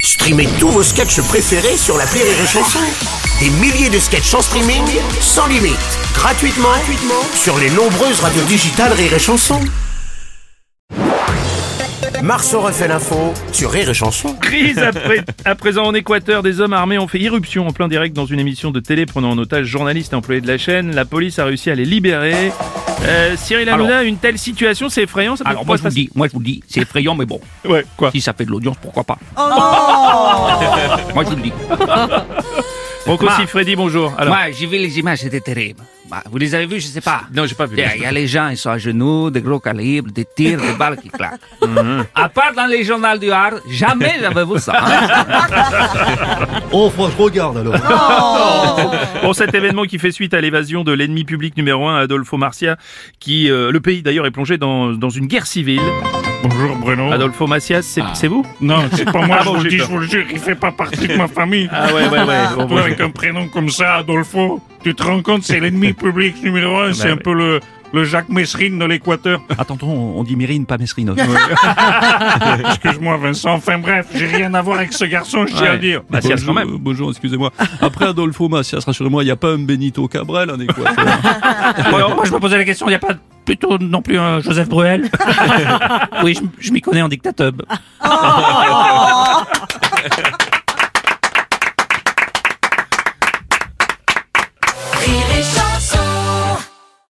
Streamez tous vos sketchs préférés sur la Rire et Chanson. Des milliers de sketchs en streaming, sans limite, gratuitement, gratuitement sur les nombreuses radios digitales Rire et Chanson. Marceau refait l'info sur Rire et Chanson. Crise après- à présent en Équateur, des hommes armés ont fait irruption en plein direct dans une émission de télé prenant en otage journalistes et employés de la chaîne. La police a réussi à les libérer. Euh, Cyril Hanouna, une telle situation, c'est effrayant. Ça peut Alors pas moi se je vous le dis, moi je vous le dis, c'est effrayant mais bon, passer- Ouais, quoi si ça fait de l'audience, pourquoi pas Moi je vous le dis. Donc aussi, Ma- Freddy, bonjour. Alors, Moi j'ai vu les images, c'était terrible. Bah, vous les avez vues, je sais pas. non, j'ai pas vu. Il y a- il y a les gens, ils sont à genoux, des gros calibres, des tirs, des balles qui claquent. À part dans les journaux du Hard, jamais j'avais vu ça. hein. Oh, franchement, regarde alors. Pour cet événement qui fait suite à l'évasion de l'ennemi public numéro un, Adolfo Marcia, qui euh, le pays d'ailleurs est plongé dans, dans une guerre civile. Bonjour Bruno. Adolfo Marcia, c'est Ah. c'est vous Non, c'est pas moi, Ah je bon, vous j'ai le dis, je peur. vous le jure, il fait pas partie de ma famille. Ah ouais, ouais, ouais. Bon, Toi, avec un prénom comme ça, Adolfo, tu te rends compte, c'est l'ennemi public numéro un, c'est un Ben oui. peu le, le Jacques Messrine de l'Équateur. Attends, on dit Mérine, pas Mesrine. Excuse-moi Vincent, enfin bref, j'ai rien à voir avec ce garçon, je tiens à Ouais. le dire. Bah, c'est quand même. bonjour, excusez-moi. Après Adolfo Macias, rassurez-moi, il n'y a pas un Benito Cabrel en Équateur. Moi, moi, je me posais la question, il n'y a pas plutôt non plus un Joseph Bruel Oui, je, je m'y connais en dictateur.